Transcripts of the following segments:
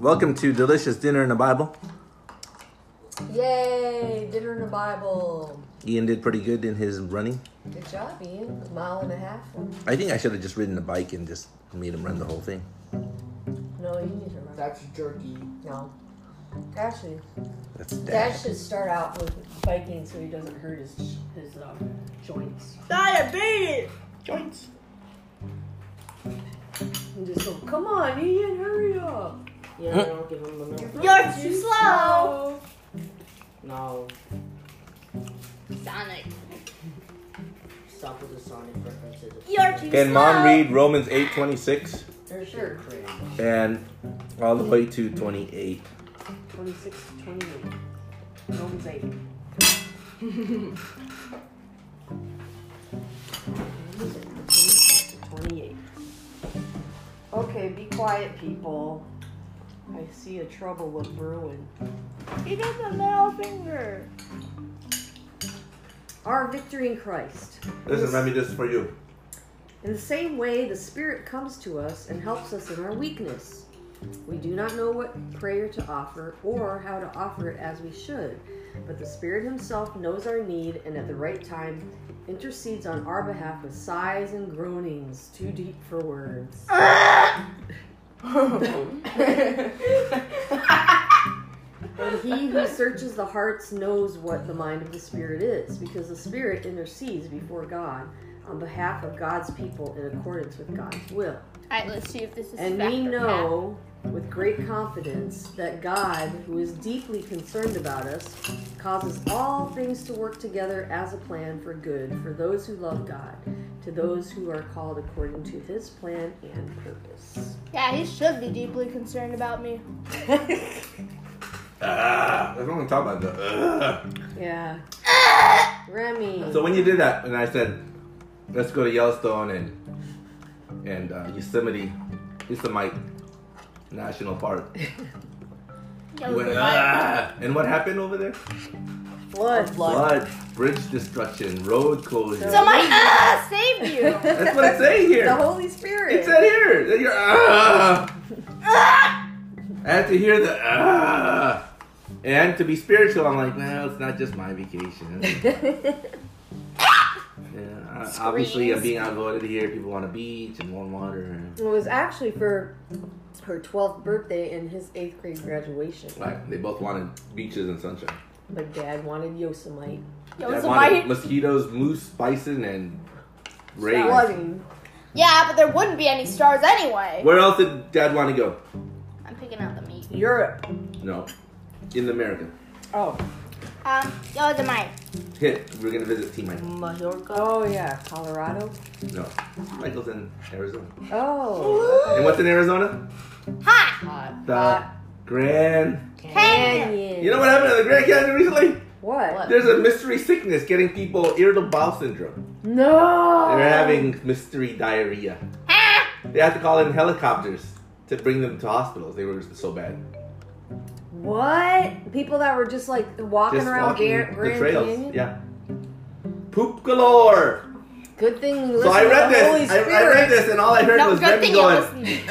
Welcome to Delicious Dinner in the Bible. Yay! Dinner in the Bible. Ian did pretty good in his running. Good job, Ian. A mile and a half. I think I should have just ridden the bike and just made him run the whole thing. No, you need to run. That's jerky. No. Actually, That's Dad dash. should start out with biking so he doesn't hurt his his um, joints. Diabetes. Joints. And just go, come on, Ian, hurry up. Yeah, I don't give him the milk. You're too slow. No. Sonic. Stop with the Sonic references. You're too Can slow. mom read Romans 8 26 For Sure. sure. and all the way to 28? 26, 28. Romans 8. Twenty-eight. Okay, be quiet, people. I see a trouble with brewing. He does a middle finger. Our victory in Christ. Listen, Remy, this is for you. In the same way, the Spirit comes to us and helps us in our weakness. We do not know what prayer to offer or how to offer it as we should, but the Spirit Himself knows our need and at the right time intercedes on our behalf with sighs and groanings too deep for words. And he who searches the hearts knows what the mind of the Spirit is, because the Spirit intercedes before God on behalf of God's people in accordance with God's will. Alright, let's see if this is And fact we or know with great confidence that God, who is deeply concerned about us, causes all things to work together as a plan for good for those who love God, to those who are called according to his plan and purpose. fact. Yeah, he should be deeply concerned about me. Ah, that's what I'm talking about. the, Yeah. Remy. ah. So when you did that, and I said, let's go to Yellowstone and and uh, Yosemite, Yosemite National Park. You went, ah. And what happened over there? Blood. Flood, bridge destruction, road closure. So my ah saved you. That's what it's saying here. The Holy Spirit. It said here that you're. Ah! I had to hear the. Ah! And to be spiritual, I'm like, well, it's not just my vacation. Yeah, I- obviously, I'm being outvoted here. People want a beach and warm water. It was actually for her 12th birthday and his 8th grade graduation. Like, they both wanted beaches and sunshine. But dad wanted Yosemite. Yo, They so wanted my- mosquitoes, moose, bison, and rays. Flooding. yeah, but there wouldn't be any stars anyway. Where else did Dad want to go? I'm picking out the meat. Europe. No, in America. Oh. Um, yo, it's mine. Hit. We're gonna visit Team Michael. Mallorca. Oh, yeah. Colorado. No, Michael's in Arizona. Oh. And what's in Arizona? Ha! Hot. The Uh, Grand. Canyon. Canyon. You know what happened to the Grand Canyon recently? What? What? There's a mystery sickness getting people irritable bowel syndrome. No. They're having mystery diarrhea. Ha! They have to call in helicopters to bring them to hospitals. They were just so bad. What? People that were just like walking just around walking Gar- Grand the trails. Canyon. Yeah. Poop galore. Good thing we So listened I read to the Holy this. I, Spirit. I read this, and all I heard No, was good Remy thing you going. listened.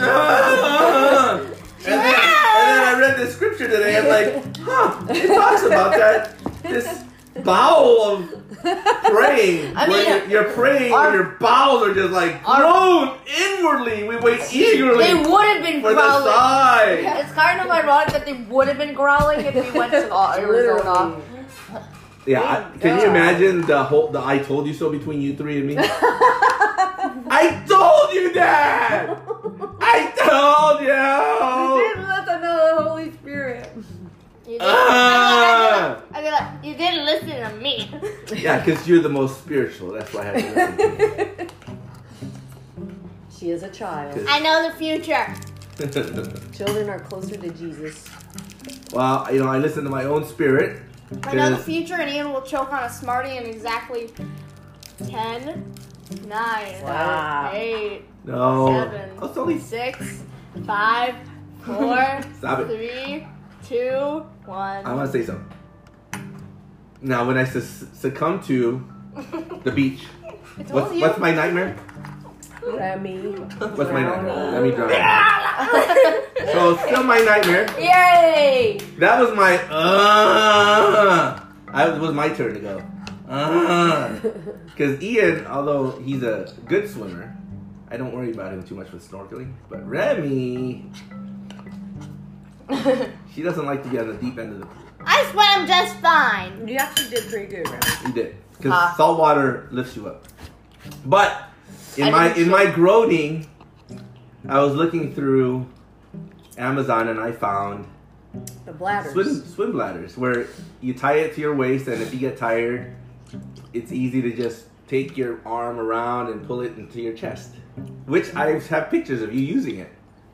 "Ah, ah, ah." and, then, and then I read this scripture today. I'm like, huh? It talks about that. This bowel of praying. I mean, where you're, you're praying, our- and your bowels are just like groan inwardly. We wait eagerly They would have been for the growling. sigh. It's kind of ironic that they would have been growling if we went to the Arizona. Literally. Yeah, I- can you God. imagine the whole the "I told you so" between you three and me? I told you that. I told you. Didn't let them know the Holy Spirit. You didn't- Ah. I mean, like, you didn't listen to me. Yeah, because you're the most spiritual. That's why I have to listen to you. She is a child. I know the future. Children are closer to Jesus. well, you know, I listen to my own spirit. I know the Yes. future, and Ian will choke on a Smartie in exactly 10, 9, Wow. 8, No, Seven. oh, it's only 6, 5, 4, Stop it. 3, 2, 1. I want to say something. Now, when I sus- succumb to the beach, I told what's, you. what's my nightmare? Remy. What's my nightmare? Let me drown. Yay! So still my nightmare. That was my uh I it was my turn to go. Uh, Cause Ian, although he's a good swimmer, I don't worry about him too much with snorkeling. But Remy, she doesn't like to be on the deep end of the pool. I swam just fine. You actually did pretty good, Remy. You did. Because Ah. salt water lifts you up. But in I my didn't in my groaning, I was looking through Amazon and I found The bladders. swim swim bladders where you tie it to your waist and if you get tired, it's easy to just take your arm around and pull it into your chest. Which I have pictures of you using it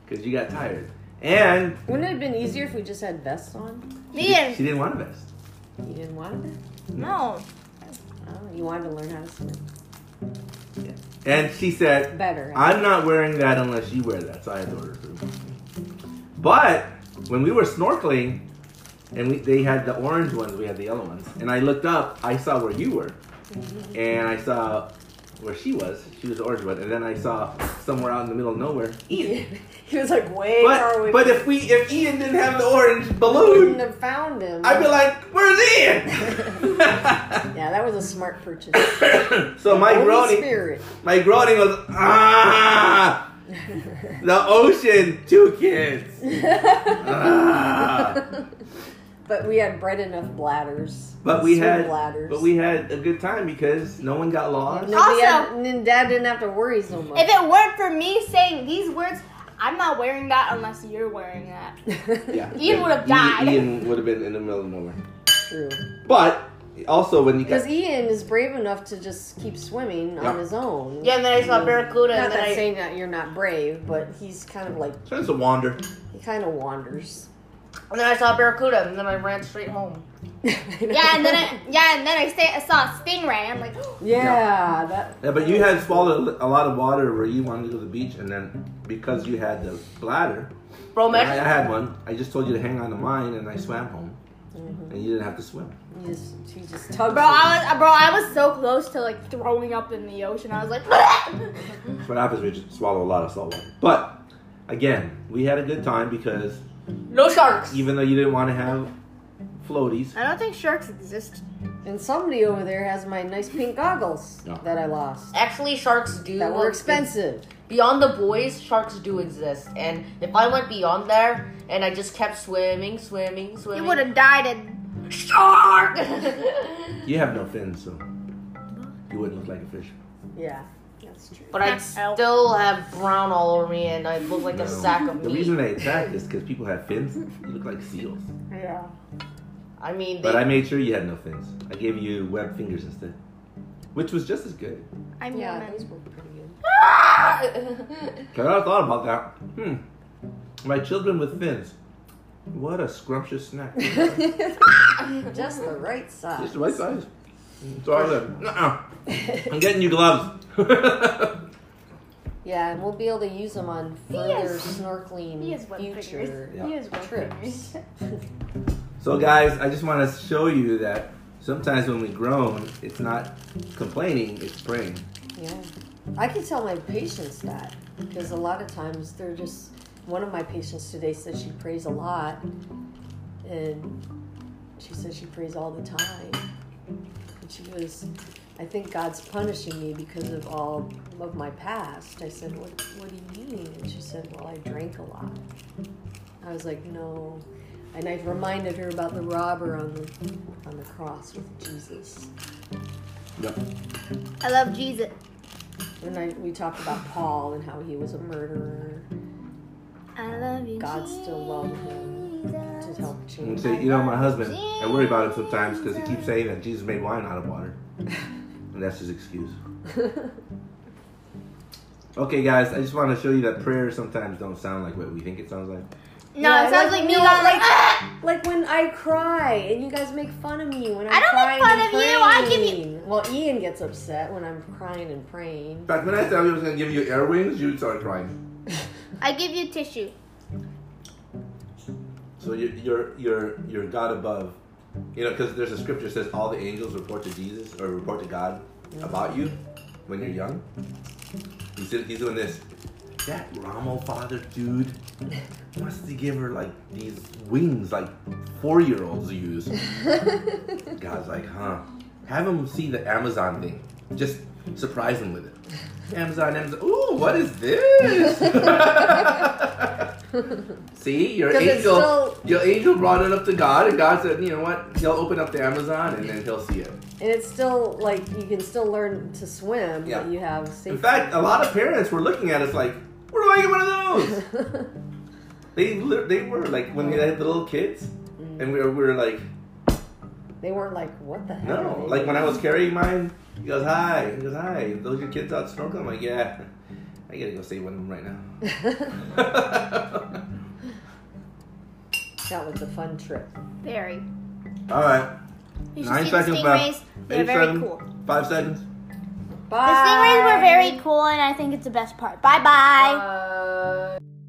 because you got tired. And Wouldn't it have been easier if we just had vests on? she Ian, didn't want a vest. You didn't want that? no. Oh, you wanted to learn how to swim. And she said, Better. I'm not wearing that unless you wear that, so I had to order food. But when we were snorkeling, and we, they had the orange ones, we had the yellow ones, and I looked up, I saw where you were, and I saw where she was. She was the orange one, and then I saw somewhere out in the middle of nowhere. he was like way far away. But but if we if Ian didn't have the orange wouldn't balloon, have found him. I'd be like, where's yeah, that was a smart purchase. Ian? so my Holy groaning. Spirit. My groaning was ah, the ocean, two kids. Ah. But we had bred enough bladders. But we swim had, bladders. but we had a good time because no one got lost. Nobody Also- had, and then Dad didn't have to worry so much. If it weren't for me saying these words, I'm not wearing that unless you're wearing that. Yeah, Ian would've died. Ian would have been in the middle of nowhere. True. But also when you Because got Ian is brave enough to just keep swimming Yeah. on his own. Yeah, and then I saw Barracuda, Not and that then saying that you're not brave, but he's kind of like tends to wander. he kind of wanders. I and then I saw Barracuda, and then I ran straight home. yeah, Yeah, and then I, yeah, and then I, say, I saw a stingray. I'm like, yeah, that. Yeah, but you had swallowed a lot of water where you wanted to go to the beach, and then because you had the bladder, Bro, and I, imagine I had one. I just told you to hang on to mine, and I swam home, Mm-hmm. Mhm. and you didn't have to swim. He just he just tugs. bro, I was, uh, bro, I was so close to like throwing up in the ocean. I was like, What happens when you swallow a lot of salt water. But again, we had a good time because no sharks. even though you didn't want to have floaties, I don't think sharks exist. and somebody over there has my nice pink goggles Yeah. that I lost. Actually, sharks do. That were look- expensive. Beyond the boys, sharks do exist, and if I went beyond there and I just kept swimming, swimming, You swimming, would have died in shark. you have no fins, so you wouldn't look like a fish. Yeah, that's true. but I Ow. still have brown all over me, and I look like No. a sack of the meat. reason they attack is because people have fins. You look like seals. Yeah. I mean, they, But I made sure you had no fins. I gave you web fingers instead, which was just as good. I'm Yeah, human. those were pretty good. ¡Ah! Cause I thought about that. Hmm. My children with fins. What a scrumptious snack. Just the right size. Just the right size. So I was like, "Nuh-uh. I'm getting you gloves. yeah, and we'll be able to use them on further Yes. snorkeling He is web future fingers. Yeah. He is web trips. fingers. So, guys, I just want to show you that sometimes when we groan, it's not complaining, it's praying. Yeah. I can tell my patients that because a lot of times they're just. One of my patients today said she prays a lot and she said she prays all the time. And she goes, I think God's punishing me because of all of my past. I said, What, what do you mean? And she said, Well, I drank a lot. I was like, No. And I reminded her about the robber on the, on the cross with Jesus. I love Jesus. And I, we talked about Paul and how he was a murderer. I love you. God still loved him to Jesus. help And change. say, you know, my husband, I worry about him sometimes because he keeps saying that Jesus made wine out of water. And that's his excuse. Okay, guys, I just want to show you that prayers sometimes don't sound like what we think it sounds like. No, Yeah, it sounds like, like me. no, I'm like, like- like when I cry and you guys make fun of me when I'm I don't crying make fun and of you, I give you- praying. Well, Ian gets upset when I'm crying and praying. In fact, when I thought I was going to give you air wings, you'd start crying. I give you tissue. So you're, you're, you're, you're God above. You know, because there's a scripture that says all the angels report to Jesus or report to God about you when you're young. He's, doing- he's doing this. That Ramo father dude wants to give her like these wings like four year olds use. God's like, huh? Have him see the Amazon thing. Just surprise him with it. Amazon, Amazon. Ooh, what is this? see, your 'Cause angel, it's still- your angel brought it up to God, and God said, you know what? He'll open up the Amazon, and then he'll see it. And it's still like you can still learn to swim, Yeah. but you have safety. In fact, a lot of parents were looking at us like, "Where do I get one of those?" They lit- they were like when they had the little kids, and we were, we were like, Mm. they weren't like, what the hell? no. Like when I was carrying mine, he goes hi, he goes hi. Those your kids out snorkeling? I'm like, yeah. I gotta go see one of them right now. that was a fun trip. Very. All right, You should Nine see the seconds left. stingrays. They're Eight very seconds. cool. five seconds. Bye. The stingrays were very cool, and I think it's the best part. Bye bye. Uh,